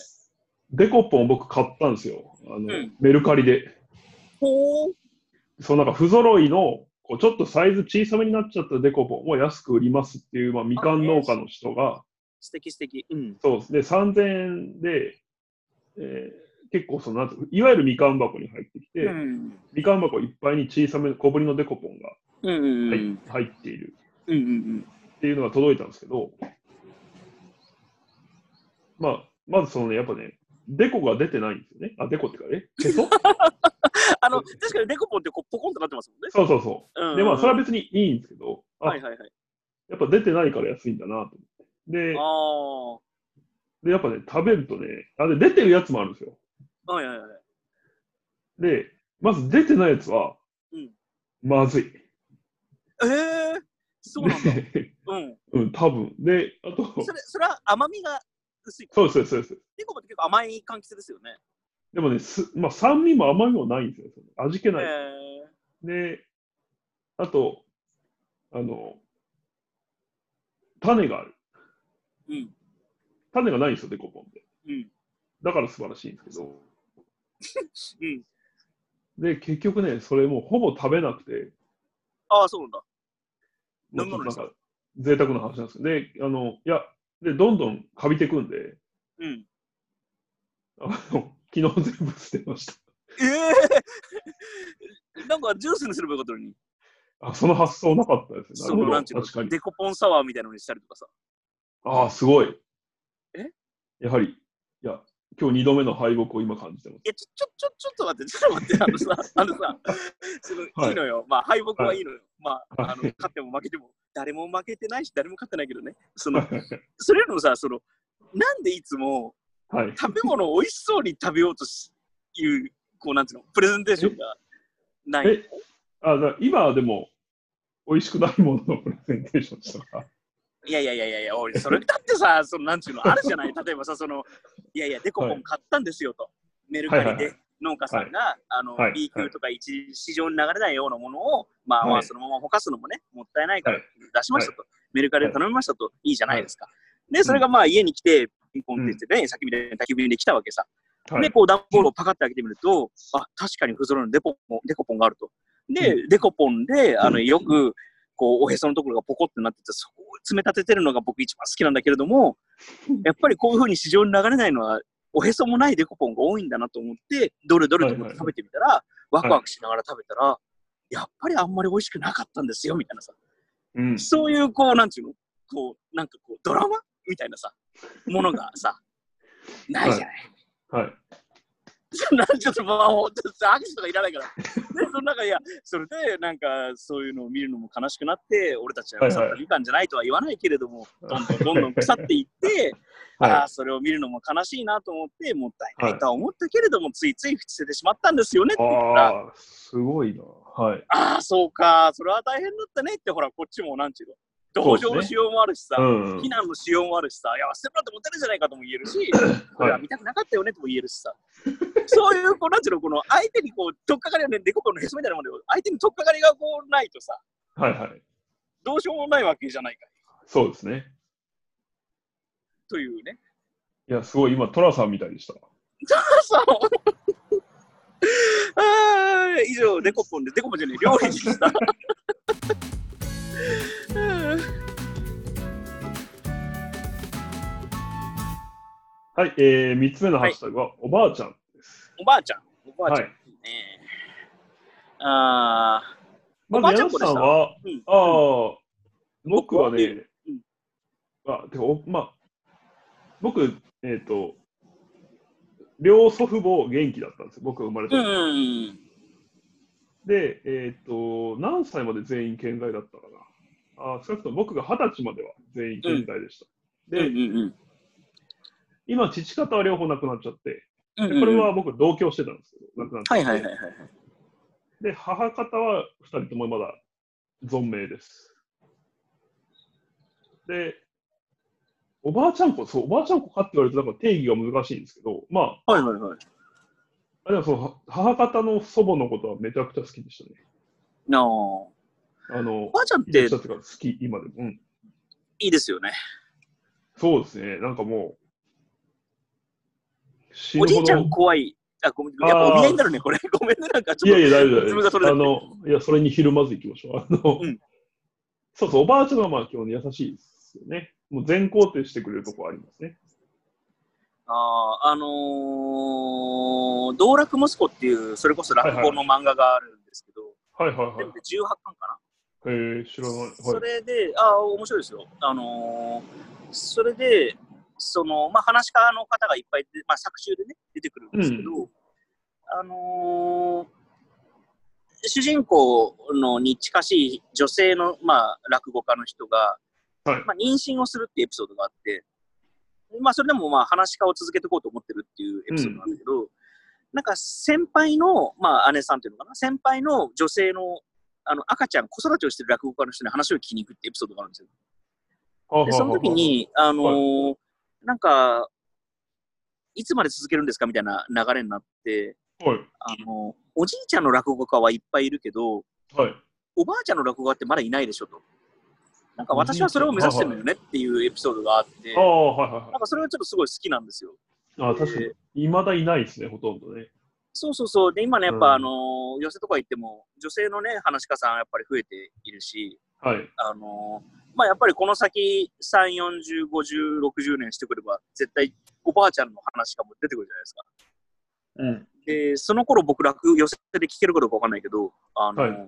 デコポンを僕買ったんですよ。あの、んメルカリで。ほう。そうなんか不揃いの、こうちょっとサイズ小さめになっちゃったデコポンを安く売りますっていう、まあ、みかん農家の人が、素敵素敵。うん。そうですね、3000円で、えー結構そのなんていうのいわゆるみかん箱に入ってきて、うん。みかん箱いっぱいに小さめの小ぶりのデコポンがうんうんう入,、ん。入っているうんうんっていうのが届いたんですけど、まあ、まずそのね、やっぱね、デコが出てないんですよね。あ、デコっていうか ね、へそあの、確かにデコポンってこうポコンとなってますもんね。そうそうそうう。んで、まあ、それは別にいいんですけど、あ、はいはいはい。やっぱ出てないから安いんだなと思って。であ、あ。はでやっぱね、食べるとね、あで出てるやつもあるんですよ。いはいはい。で、まず出てないやつは、うんまずい。ええー、そうなんだ。でうん。 うん、多分。で、あと、それ、それは甘みが薄い。そうです、そうです。そうですデコポンって結構甘い柑橘ですよね。でもね、すまあ、酸味も甘みもないんですよ。味気えない。えで、あと、あの、種がある。ー。うん。種がないんですよ、デコポンで。うん。だから素晴らしいんですけど。うん。で、結局ね、それもうほぼ食べなくて、ああ、そうなんだ。まあ飲み物なでんすかか、贅沢な話なんですけど、で、あの、いや、で、どんどんカビてくんで、うん。あの、 昨日全部捨てました。ええー、なんかジュースにすればよかったのに。あ、その発想なかったですね。そなるのほなど、んていう確かのに。デコポンサワーみたいなのにしたりとかさ。ああ、すごい。えやはり、いや、今日2度目の敗北を今感じてます。いや、ちょ、ちょ、ちょ、ちょっと待って、ちょっと待って、あの さ、あのさ、そのいはいいのよ。まあ、敗北はいいのよ。まあ、あの、はい勝っても負けても、誰も負けてないし、誰も勝ってないけどね。その、それよりもさ、その、なんでいつも はい。食べ物を美味しそうに食べようとしいう、こう、なんていうの、プレゼンテーションがない。えあ、だから今でも、美味しくないもののプレゼンテーションしたから。いやいやいやいやいや、おいそれだってさ、そのなんちゅ うの、あるじゃない、例えばさ、その、いやいや、デコポン買ったんですよと、メルカはいリはいはで農家さんが、あの、はい B 級とか一市場に流れないようなものを、まあまはあ、いそのままほかすのもね、もったいないからは出しましたと、メルカリで頼みましたと、いいじゃないですか。で、それがまあ、家に来て、ピンポンって言ってね、さっきみたいに宅急便で来たわけさ。はで、い。こう、段ボールをパカッて開けてみると、あ、確かに不揃いのデコポンデコポンがあると。で、デコポンで、あの、よく、こう、おへそのところがポコってなってて、そこを詰め立ててるのが僕一番好きなんだけれど も、やっぱりこういうふうに市場に流れないのは、おへそもないデコポンが多いんだなと思って、どれどれと思って食べてみたら、ワクワクしながら食べたら、やっぱりあんまり美味しくなかったんですよ、みたいなさ。う ん。そういう、こう、なんちゅうのこう、なんかこう、ドラマみたいなさ、ものが さ、ないじゃない。はい。なんちょっとまあ、本当に握手とかいらないから。で、その中、いや、それで、なんか、そういうのを見るのも悲しくなって、俺たちは腐ったみかんじゃないとは言わないけれども、はどんどんどんどん腐っていって、 あはあ、それを見るのも悲しいなと思って、もったいないとは思ったけれども、ついつい捨ててしまったんですよねっい。て言ったら、あああ、すごいな。はい。あー、そうか、それは大変だったねって、ほら、こっちも、なんちゅうの、同情のしようもあるしさ、うん。非難のしようもあるしさ、いや、捨てろって持ってるじゃないかとも言え るし、これは見たくなかったよねとも言えるしさ、そういう、こう、なんていうの、この相手にこう、とっかかりはね、デコポンのへそみたいなもんで、相手にとっかかりがこう、ないとさ、はいはい。どうしようもないわけじゃないかそうですね。というね。いや、すごい、今、トラさんみたいでした。そう あー以上、デコポンで、デコポンじゃねえ、料理でした。 うんはい、えー、3つ目のハッシュタグは、おばあちゃん。おばあちゃん、おばあはちゃん、い。ねああ、まおばあず、ちゃヤんン子さんは、うんああ、僕はねうん、あ、てか、おまあ、僕、えっ、と、両祖父母元気だったんですよ、僕が生まれたう時ん、うん、で、えっ、と、何歳まで全員健在だったかな。あー少なくとも僕が二十歳までは全員健在でした。うん、うんで、今、父方は両方亡くなっちゃって、うん、うでん。これは、僕、同居してたんですけど、亡くなっちゃはっいて。はいはいはい。で、母方は二人ともまだ存命です。で、おばあちゃん子、そう、おばあちゃん子かって言われるとなんか定義が難しいんですけど、まあはいはいはい。あ、でもその母方の祖母のことはめちゃくちゃ好きでしたね。なあ、おあの、ばあちゃんっいいて人たちが好き、今でも。うんいいですよね。そうですね、なんかもう、死おじいちゃんい怖い。あ、ごめん。やっぱお見合いになるね、これ。 ごめんね、なんかちょやっいや、大丈自分夫がそれだ大け丈夫。あの、いや、それにひるまず行きましょう。あの、うんそうそう、おばあちゃんはまあ基本優しいですよね。もう全肯定してくれるとこありますね。と、あーあのー、道楽息子っていう、それこそ落語の漫画があるんですけど、はいはいはい全部。で18巻かな。えー、知らない。はい。それで、ああ、面白いですよ。あのーそれで、その、まあ、話し家の方がいっぱいで、まあ、作中でね、出てくるんですけど、あのー主人公のに近しい女性の、まあ、落語家の人が、はいまあ、妊娠をするっていうエピソードがあって、まあ、それでも、まあ、話し家を続けていこうと思ってるっていうエピソードなんだけど、なんか先輩の、まあ、姉さんっていうのかな、先輩の女性のあの赤ちゃん、子育てをしてる落語家の人に話を聞きに行くってエピソードがあるんですよ。はあはあはあで、その時、に、あのーなんか、いつまで続けるんですかみたいな流れになって、はい。あのーおじいちゃんの落語家はいっぱいいるけど、はい。おばあちゃんの落語家ってまだいないでしょと。なんか私はそれを目指してるのよねっていうエピソードがあってあ、あ、はいはいなんかそれがちょっとすごい好きなんですよ。はい。あー確かに、いまだいないですね、ほとんどね。そうそうそう。で、今ね、やっうんぱ、あのー寄せとか行っても、女性のね、話し家さんはやっぱり増えているし、はい。あのーまあ、やっぱりこの先、3、40、50、60年してくれば、絶対おばあちゃんの話し家も出てくるじゃないですか。うん。で、その頃僕、落語寄せで聞けるかどうかわかんないけど、あのーは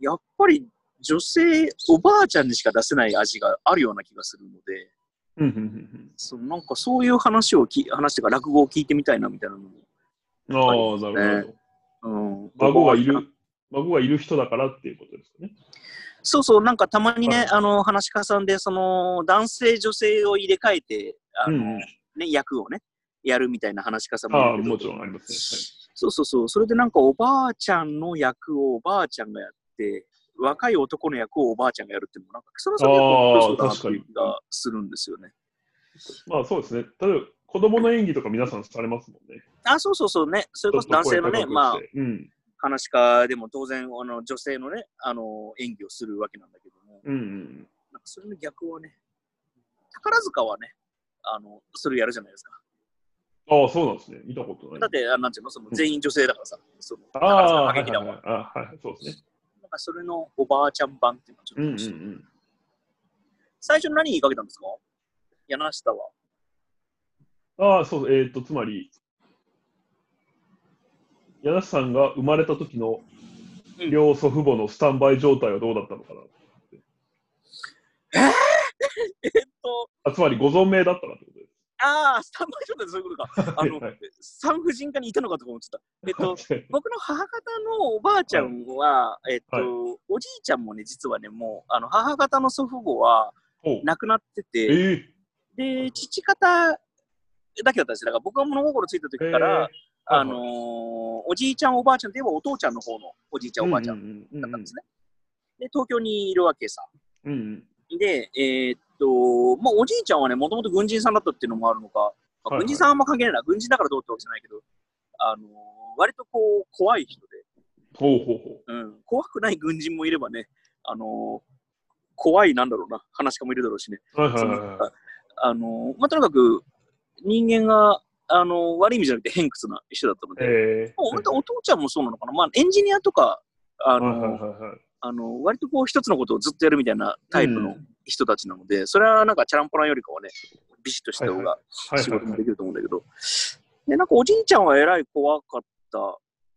やっぱり女性、おばあちゃんにしか出せない味があるような気がするので、うんうんうんそのなんかそういう話をき、話というか落語を聞いてみたいなみたいなのも、うん。ああ、なるほど。うん、孫がいる、孫がいる人だからっていうことですかね。そうそう、なんかたまにね、はいあの話し家さんで、その男性、女性を入れ替えて、あのうんうんね、役をね、やるみたいな話し家さんあもあ、いるけどもちろんありますそうそうそう、それでなんかおばあちゃんの役をおばあちゃんがやって、若い男の役をおばあちゃんがやるっていうのも、なんか、それはそれでやっぱ面白そうだなっていう気がするんですよね。ね。はい。まあそうですね。例えば、子供の演技とか皆さんされますもんね。あ、そうそうそうね、それこそちょっ男と声性のね、高くしてまあ、うん。話し家でも当然、あの女性のね、あの演技をするわけなんだけども、うんうん。なんかそれの逆はね、宝塚はね、あの、それやるじゃないですか。ああ、そうなんですね。見たことない。だって、あなんていうの、その全員女性だからさ、その、あ宝塚あ、歌はいはい劇団は。はい。ああはい、そうですね。なんかそれのおばあちゃん版っていうのはちょっとうん面うんう白い、ん。最初に何言いかけたんですか柳下は。ああ、そう、えーっと、つまり、柳瀬さんが生まれた時のうん両祖父母のスタンバイ状態はどうだったのかな。と、あつまり、ご存命だったらってことです。ああ、スタンバイ状態でそういうこと か。あのはい、産婦人科にいたのかとか思ってた。えっ と、僕の母方のおばあちゃんは、えっと、はいおじいちゃんもね、実はね、もう、あの母方の祖父母はおう亡くなってて、えー、で、父方だけだったんですよ。だから僕が物心ついた時から、えあのーおじいちゃん、おばあちゃんといえばお父ちゃんの方のおじいちゃん、おばあちゃんだだったんですね。で、東京にいるわけさ。うんうんで、えーっと、まあ、おじいちゃんはね、もともと軍人さんだったっていうのもあるのか、まあはいはい軍人さんはあんま関係ないな、軍人だからどうってわけじゃないけど、あのー割とこう、怖い人で、ほうほうほうん、怖くない軍人もいればね、あのー怖いなんだろうな、話し家もいるだろうしね。う。はいはいはいはい。あの、まあ、とにかく人間が、あの、悪い意味じゃなくて偏屈な人だったので、えー、もう本当お父ちゃんもそうなのかな。まあ、エンジニアとか、あの、はいはいはいはい。あの割とこう一つのことをずっとやるみたいなタイプうのん人たちなので、それはなんかチャランポランよりかはね、ビシッとした方はいがはい仕は事いはもいで。きると思うんだけど、で、なんかおじいちゃんはえらい怖かった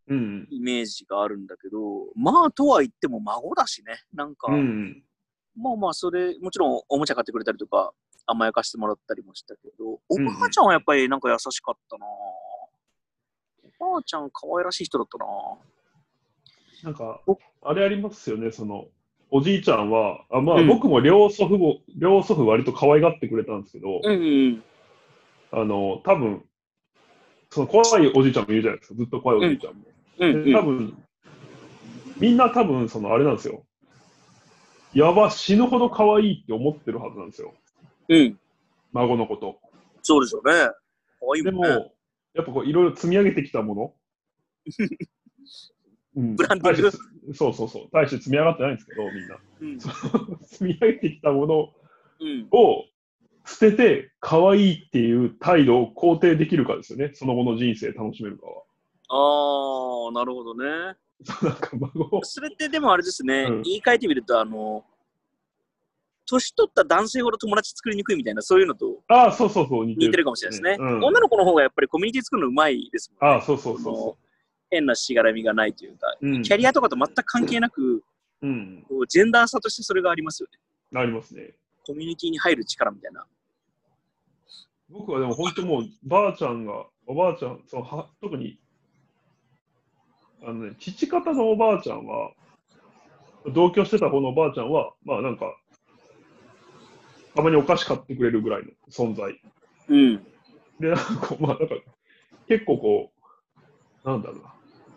うんうん。イメージがあるんだけど、まあ、とは言っても孫だしね、なんか、うんうん。まあまあ、それ、もちろんおもちゃ買ってくれたりとか、甘やかしてもらったりもしたけど、おばあちゃんはやっぱりなんか優しかったな、おばあちゃん可愛らしい人だったななんかお、あれありますよね、その、おじいちゃんは、あまあ、うん僕も両祖父母、両祖父割と可愛がってくれたんですけど、うんうん。あの、多分その怖いおじいちゃんもいるじゃないですか、ずっと怖いおじいちゃんも。うんでう多ん。分みんな多分そのあれなんですよ。やば、死ぬほど可愛いって思ってるはずなんですよ、うん。孫のこと。そうですよね。可愛いでもも、んね。やっぱこういろいろ積み上げてき たもの、うん、ブランディング大してそうそうそう、大して積み上がってないんですけど、みんな。うん。積み上げてきたものうん。を、捨てて可愛いっていう態度を肯定できるかですよね。その後の人生楽しめるかは。 ああ、なるほどね。そうなんか孫を。それってでもあれですね、うん言い換えてみると、あの、年取った男性ほど友達作りにくいみたいな、そういうのとああ、そうそうそう、似て似てる。るかもしれないですね。うん女の子の方がやっぱりコミュニティ作るのうまいですもんあね。あ、そうそうそそうのそ変なしがらみがないというか、う。うんキャリアとかと全く関係なく、うん。こうジェンダー差としてそれがありますよね。ありますね。コミュニティに入る力みたいな。僕はでも本当もう、ばあちゃんが、おばあちゃん、そのは特に、あのね、父方のおばあちゃんは、同居してた方のおばあちゃんは、まあなんか、たまにお菓子買ってくれるぐらいの存在。うん。で、なんかこう、まあ、なんか、結構こう、なんだろうな。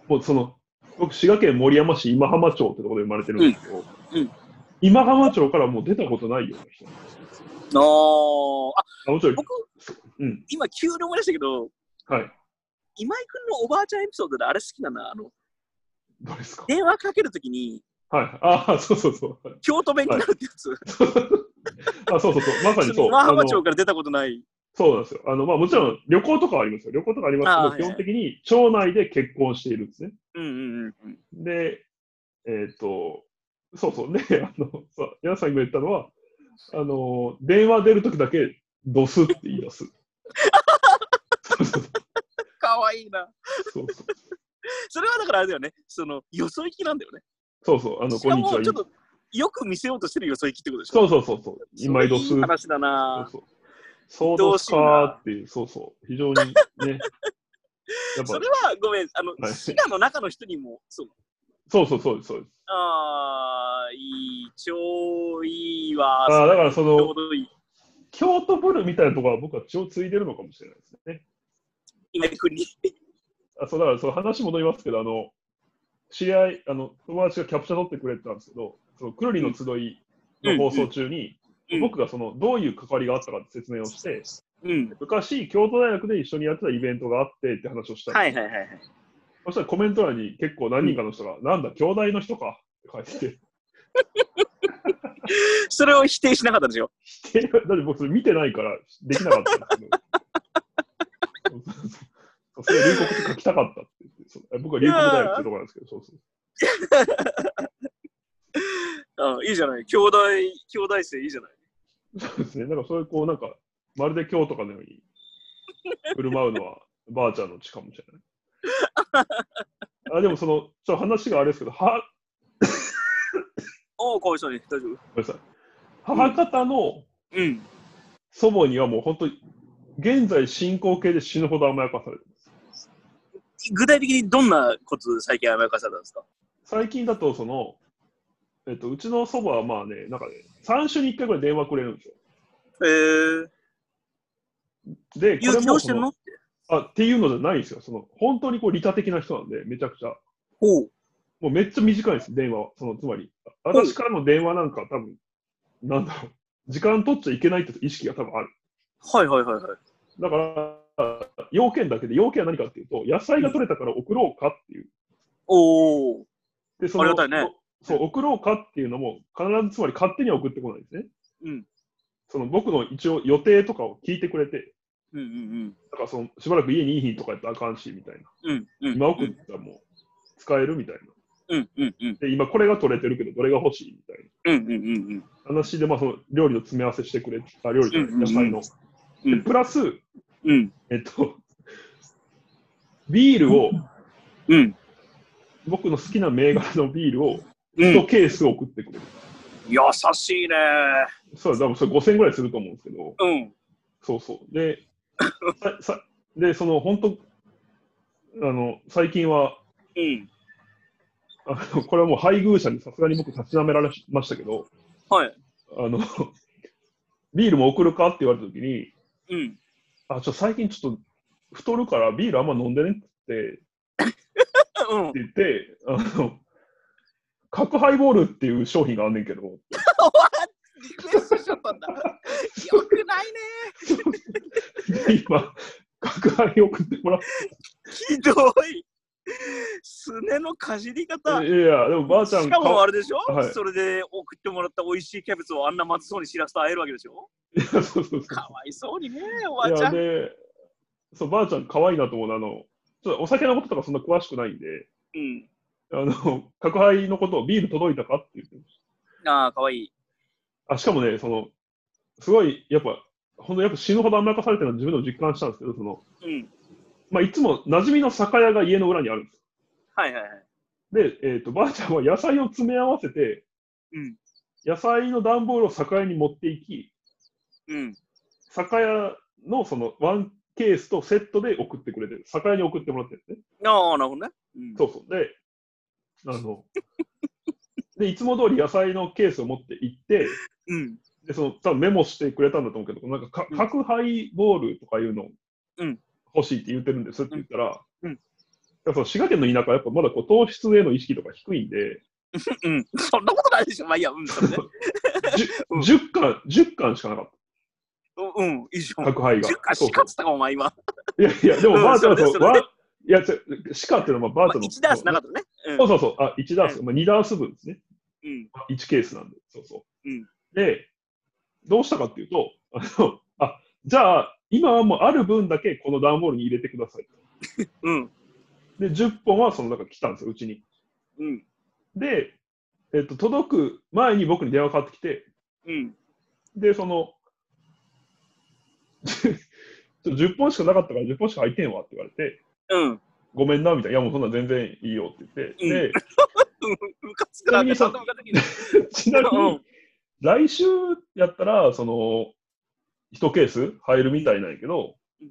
もうその、僕、滋賀県守山市今浜町ってところで生まれてるんですけど、うんうん今浜町からもう出たことないような人なんですよ。あーあ、あ、もちろん、僕、うん、今急に思い出したけど、はい。今井君のおばあちゃんエピソードであれ好きだな。あの、どうですか電話かけるときに、はい。ああ、そうそうそう。京都弁になるってやつ。あそうそうそう。まさにそう。今あの浜町から出たことない。そうなんですよ。あの、まあもちろん旅行とかはありますよ。旅行とかありますあーけど、基本的に町内で結婚しているんですね。うんうんうんうん。で、えっ、と、そうそうね、あの、そう、皆さんが言ったのは、あの、電話出るときだけ、ドスって言い出す。そうそうかわいいな。そうそうそれはだからあれだよね。その、よそ行きなんだよね。そうそう、あの、しこかんにも、ちちょは。っと、よく見せようとしてるよそ行きってことでしょ。そうそうそうそう、今井ドス。それいいそう話だな。そう。そうですかーっていう、そうそう、非常に ね。やっぱそれはごめん、あの、はい滋賀の中の人にも、そう。そうそうそうです、そうです。ああ、いい、超いいわ。ああ、だからそちょうの、どいい。京都ブルみたいなところは僕は血を継いでるのかもしれないですね。今井君に。あそうだからそう話戻りますけど、あの知り合いあの、友達がキャプチャー撮ってくれてたんですけど、そのくるりの集いの放送中に、うんうん僕がそのどういう関わりがあったかって説明をして、うん。昔、京都大学で一緒にやってたイベントがあってって話をしたんですはいはいはいはい。そしたらコメント欄に結構何人かの人が、なんだ、兄弟の人かって書いてて、それを否定しなかったんですよ。否定だって僕、それ見てないからできなかったんです けど。そうそうそうそれ留国って書きたかったって言ってそう僕は留国大学ってところなんですけど、そうそうあいいじゃない。兄弟、兄弟生いいじゃない。そうですね。なんかそういうこうなんかまるで今日とかのように振る舞うのはばあちゃんの血かもしれない。あでもそのちょっと話があれですけど、はおお、かわいそうに。大丈夫。ごめんなさい母方のうん。祖母にはもう本当に現在進行形で死ぬほど甘やかされてます。具体的にどんなこと最近甘やかされたんですか最近だとそのえっとうちの祖母はまあねなんかね三週に一回ぐらい電話くれるんですよ。えー、でこ勇れ気どもうしてそんののって。あっていうのじゃないんですよ。その本当にこう利他的な人なんでめちゃくちゃ。ほう。もうめっちゃ短いです、電話は。そのつまり、ん私からの電話なんか多分、なんだろう、時間取っちゃいけないって意識が多分ある。はいはいはいはい。だから、要件だけで、要件は何かっていうと、野菜が取れたから送ろうかっていう。おお。でそありがたいねそう、送ろうかっていうのも、必ずつまり勝手には送ってこないんですね。うん。その僕の一応予定とかを聞いてくれて、うんうんだからそのしばらく家にいい日とかやったらあかんし、みたいな。うん。うんうん。今送ったらもう使えるみたいな。うんうんうん。で、今これが取れてるけど、どれが欲しいみたいな。うんうんうんうん。話で、まあ、その料理の詰め合わせしてくれあ料理じゃないうんうんうん野菜の。うでんプラス、うん。えっと、ビールを、うん。僕の好きな銘柄のビールをう1ん。ケース送ってくれる。優しいね。そうだ、多分それ5000円ぐらいすると思うんですけど、うん。そうそう。で、ささでその本当、あの最近は、うん。あのこれはもう配偶者にさすがに僕、立ちなめられましたけど、はい。あのビールも送るかって言われたときに、うん。あ、ちょ、最近ちょっと太るからビールあんま飲んでねって うん。言って、あの、角ハイボールっていう商品があんねんけど、リクエストしちゃったんだ。よくないね。今、角ハイ送ってもらっひどい。すねのかじり方。いや、でもばあちゃんしかもあれでしょ、はいそれで送ってもらった美味しいキャベツをあんなまずそうにしらすと会えるわけでしょそうそうそうかわいそうにね、おばあいちゃやん。でそうばあちゃん可愛いなと思うのあのちょっとお酒のこととかそんな詳しくないんでうん。あの宅配のことをビール届いたかって言ってましああ、かわいい。たあしかもねそのすごいやっぱほんとやっぱ死ぬほど甘やかされてるの自分でも実感したんですけどその、うん。まあ、いつも馴染みの酒屋が家の裏にあるんですはいはいはい。で、えー、とばあちゃんは野菜を詰め合わせてうん。野菜の段ボールを酒屋に持っていきうん。酒屋のそのワンケースとセットで送ってくれてる酒屋に送ってもらってるんですねああ、なるほどね。うん。そうそう。で、あの、 で、いつも通り野菜のケースを持って行って、うん。で、その、多分メモしてくれたんだと思うけど、なんかか、うん角ハイボールとかいうのうん欲しいって言ってるんですって言ったら、うんうんやっぱその滋賀県の田舎はやっぱまだこう糖質への意識とか低いんで、うん。そんなことないでしょ。まあいいや、うん、それね。うん 10, 巻、10巻しかなかっうん、うんいいじゃた、ん。角ハイが。 10かそうしかっつったか、お前今。そういやいや、でもうんバーチそャーうと、ですよわねいや、ちょしかっていうのはまあまバーチャあ1ダーの。ースなかったね。うんそうそうそう、あ、1ダース、まあ、2ダース分ですね。うん。 1ケースなんで、そうそう。うんで、どうしたかっていうと、あのあじゃあ、今はもうある分だけこの段ボールに入れてください。うん。で、10本はその中来たんですよ、うちに。うん。で、えっと、届く前に僕に電話かかってきて、うん。で、その、 ちょ10本しかなかったから10本しか入ってんわって言われて、うん。ごめんなみたいな、いやもうそんなん全然いいよって言って、で、むかつくなって、ちなそみんになムカつきな ちなみうにん、来週やったら、その、一ケース入るみたいなんやけどうん、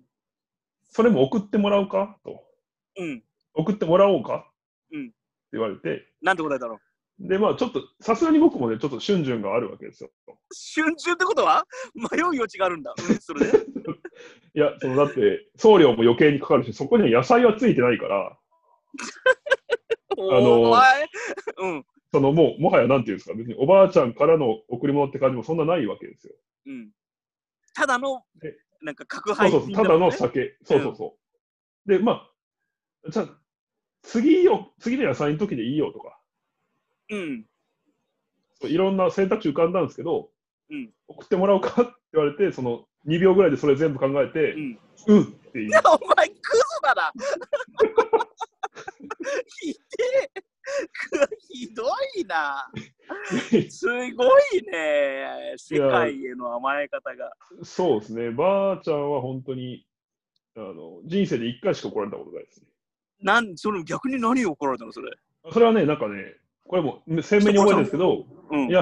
それも送ってもらうかと。うん。送ってもらおうかってうん言われて、なんて答えたので、まあちょっと、さすがに僕もね、ちょっと瞬順があるわけですよ。春中ってことは迷う余地があるんだ。うん、それで。いや、そのだって、送料も余計にかかるし、そこには野菜はついてないから、お前、うん。そのもう、もはやなんていうんですか、別におばあちゃんからの贈り物って感じもそんなないわけですよ。うん。ただのえ、なんか、角そう配そ品うそう、ねただの酒。そうそうそう。で、まあ、じゃあ、次よ、次の野菜の時でいいよとか、うん。そういろんな選択肢浮かんだんですけど、うん送ってもらおうかって言われて、その2秒ぐらいでそれ全部考えうて、ん。うん、って言いいや、お前、クズだな。ひでえ。くひどいな。すごいね。世界への甘え方が。そう ですね、ばあちゃんは本当に、あの人生で1回しか怒られたことないですね。なん、それ逆に何を怒られたの、それ。それはね、なんかね、これも鮮明に覚えてるんですけど、うんい。や、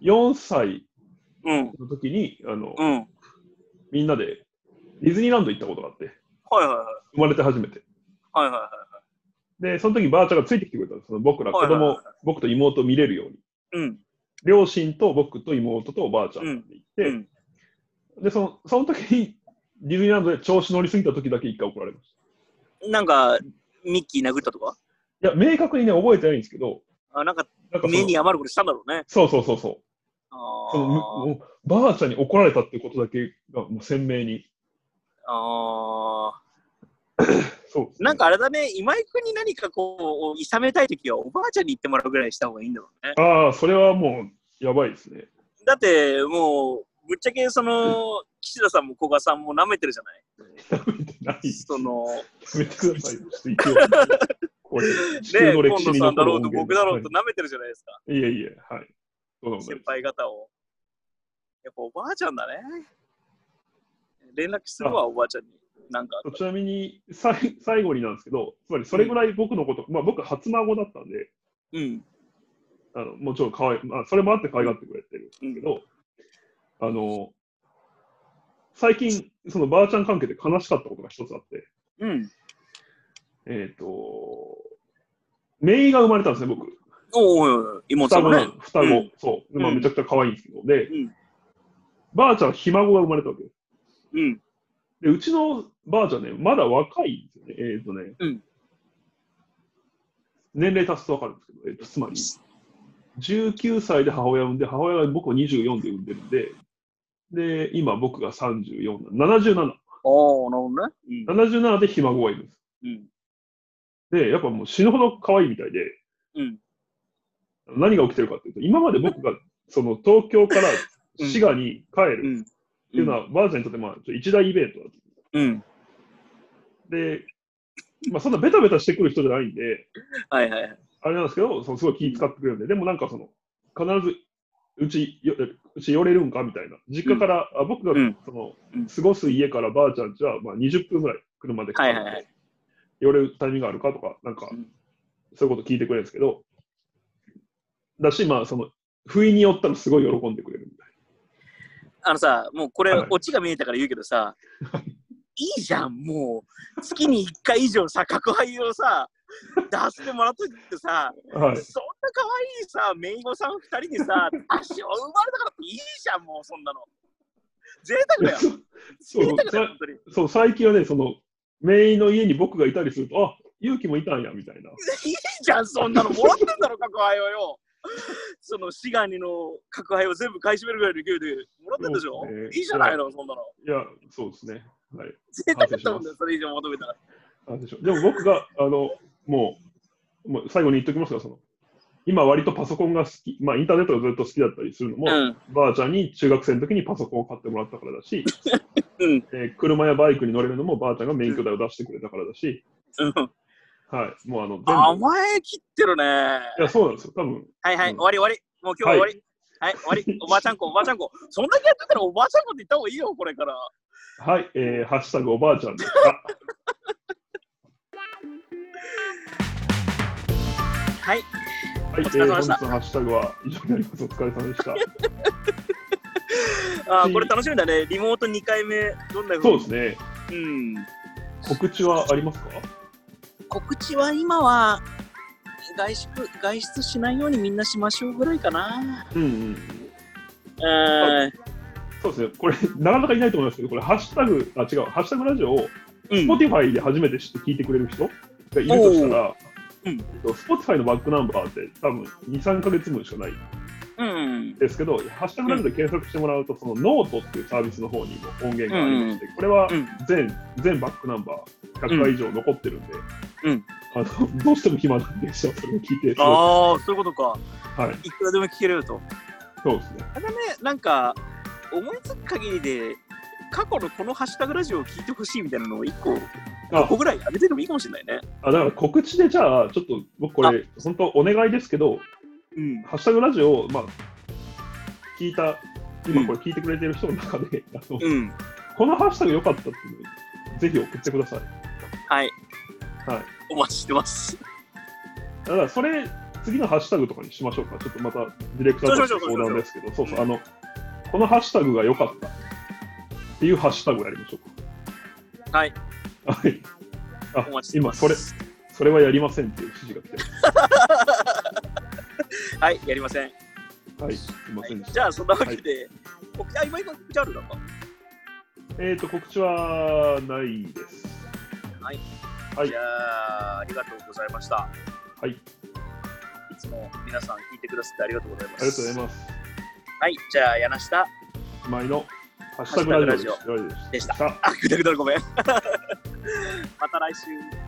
4歳うん。の時にあの、うん。みんなでディズニーランド行ったことがあって、はいはいはい。生まれて初めて。はいはいはい。で、その時ばあちゃんがついてきてくれたんです。その僕ら子はいはい供、はい僕と妹を見れるように。うん。両親と僕と妹とおばあちゃんで行って、うん。でその、その時にディズニーランドで調子乗りすぎた時だけ一回怒られましなんか、ミッキー殴ったとかた。いや、明確にね、覚えてないんですけど、あなんか、なんかそ目のに、余ることしたんだろうね。そうそうそうそう。あそのむーもうばあちゃんに怒られたってことだけがもう鮮明に。あー。そうですねなんかあれだね、今井君に何かこう、いさめたいときはおばあちゃんに言ってもらうぐらいした方がいいんだろうね。ああ、それはもうやばいですね。だって、もう、ぶっちゃけその、岸田さんも古賀さんも舐めてるじゃないやめてない。その、やめてください。ちょっと一応。これ、地球ね、の歴今史野にさんだ残るろうと音源僕だろうと舐めてるじゃないですか、はいいえいえ、はい。どうでもない先輩方を。やっぱおばあちゃんだね。連絡するわ、おばあちゃんに。なんかあったらちなみにさい最後になんですけど、つまりそれぐらい僕のこと、まあ僕初孫だったんで、うん。あのもちろん可愛い、まあ、それもあって可愛がってくれてるうんけど、あの、最近、そのばあちゃん関係で悲しかったことが一つあって、うん。えっ、と、姪が生まれたんですね、僕。おおいおい、妹さ双んもね。子なん双子、うんそう。まあ、うんめちゃくちゃ可愛いんですけど、で、うんばあちゃんはひ孫が生まれたわけです。うん。で、うちのばあちゃんね、まだ若いんですよね。えっ、とね、うん年齢足すとわかるんですけど、えーとつまり、19歳で母親を産んで、母親が僕を24で産んでるんで、で、今僕が34、77。おおなるほどね。 77でひ孫がいるんです。うん。で、やっぱもう死ぬほど可愛いみたいで、うん。何が起きてるかっていうと、今まで僕がその東京から滋賀に帰うるん。っていうのは、バージョンにとってまあちょ一大イベントだっうん。たで、まあ、そんなベタベタしてくる人じゃないんで、はいはいはい。あれなんですけど、そのすごい気使ってくれるんで、でもなんかその、必ず、うち、ようち寄れるんかみたいな。実家から、あ僕がうんその、うん過ごす家からばあちゃんちは、まあ、20分ぐらい車でかかって、はいはいはい寄れるタイミングがあるかとか、なんかうん、そういうこと聞いてくれるんですけど、だし、まあ、その、不意に寄ったらすごい喜んでくれるみたいあのさ、もうこれ、はいオチが見えたから言うけど さ、いいじゃん、もう。月に1回以上さ、角配をさ、出してもらっといてさ、な。はい。そんな可愛いさ、メイゴさん2人に さ、足を生まれたからっていいじゃん、もうそんなの。贅沢だよ。そう贅沢だよ、さ本当に。そう、最近はね、その、メイの家に僕がいたりすると、あ、勇気もいたんや、みたいな。いいじゃん、そんなの。もらってんだろ、角配をよ。そのシガニの角配を全部買い占めるぐらいの勢いでもらってんでしょ、そうですねいいじゃないの、そんなの。いや、そうですね。はい。贅沢だったもんだよ、それ以上求めたら。なんでしょう。でも僕が、あの、もう、もう最後に言っときますが、その、今割とパソコンが好き、まあインターネットがずっと好きだったりするのも、うん。ばあちゃんに中学生の時にパソコンを買ってもらったからだし、 うん。えー車やバイクに乗れるのもばあちゃんが免許代を出してくれたからだし、うんはい、もうあの、全部。甘え切ってるね。はいや、そうなんですよ。多分、いはい、う終んわり終わり。もう今日は終わり。はい、終わり。おばあちゃんこ、おばあちゃんこ。そんだけやってたらおばあちゃんこって言った方がいいよ、これから。はい、えー、ハッシュタグおばあちゃんでした。はい。はい、えおー、疲れ様で本日したのハッシュタグは以上になります。お疲れ様でした。あーこれ楽しみだね。リモート2回目、どんなそう風ですに。うね。ん。告知はありますか告知は今は、外出、外出しないようにみんなしましょうぐらいかな。うんうん。うん。そうですね。これ、なかなかいないと思いますけど、これ、ハッシュタグ、あ、違う、ハッシュタグラジオをうん。 Spotify で初めて知って聞いてくれる人がいるとしたら、おーうんえっと Spotify のバックナンバーって多分2、3ヶ月分しかないんうん。ですけど、ハッシュタグラジオで検索してもらうと、そのノートっていうサービスの方にも音源がありまして、これはうん全,、全バックナンバー100回以上残ってるんで、うんあのどうしても暇なんで、それを聞いて、はああ、そういうことか。い、いくらでも聞けると。そうですね。ただね、なんか、思いつく限りで、過去のこのハッシュタグラジオを聞いてほしいみたいなのを1個、あ5個ぐらい上げてでもいいかもしれないね。あだから告知でじゃあ、ちょっと僕これ、本当お願いですけど、うん。ハッシュタグラジオを、まあ、聞いた、今これ聞いてくれてる人の中で、 あのうん。このハッシュタグ良かったっていうのをぜひ送ってください。はい。はい。お待ちしてます。だからそれ、次のハッシュタグとかにしましょうか。ちょっとまたディレクターとそうしましょう相談ですけど、そうしまそしう、あの、このハッシュタグが良かったっていうハッシュタグをやりましょうか。はい。はい。あお待ちし、てま今、す。それ、それはやりませんっていう指示が来てはい、やりません。ます。はい、すいまはせんいでしじた。ゃあ、そんなわけで、おあ、今、今、ジャンルだかえっ、と、告知はないです。はい。はいじゃあ、ありがとうございました。はい、いつも皆さん聞いてくださってありがとうございまあす。りがとうございまます。す。はい、じゃあ、柳下。前のハッシュタグラジオでしたでした でした。あ、ぐだぐだごめん。また来週。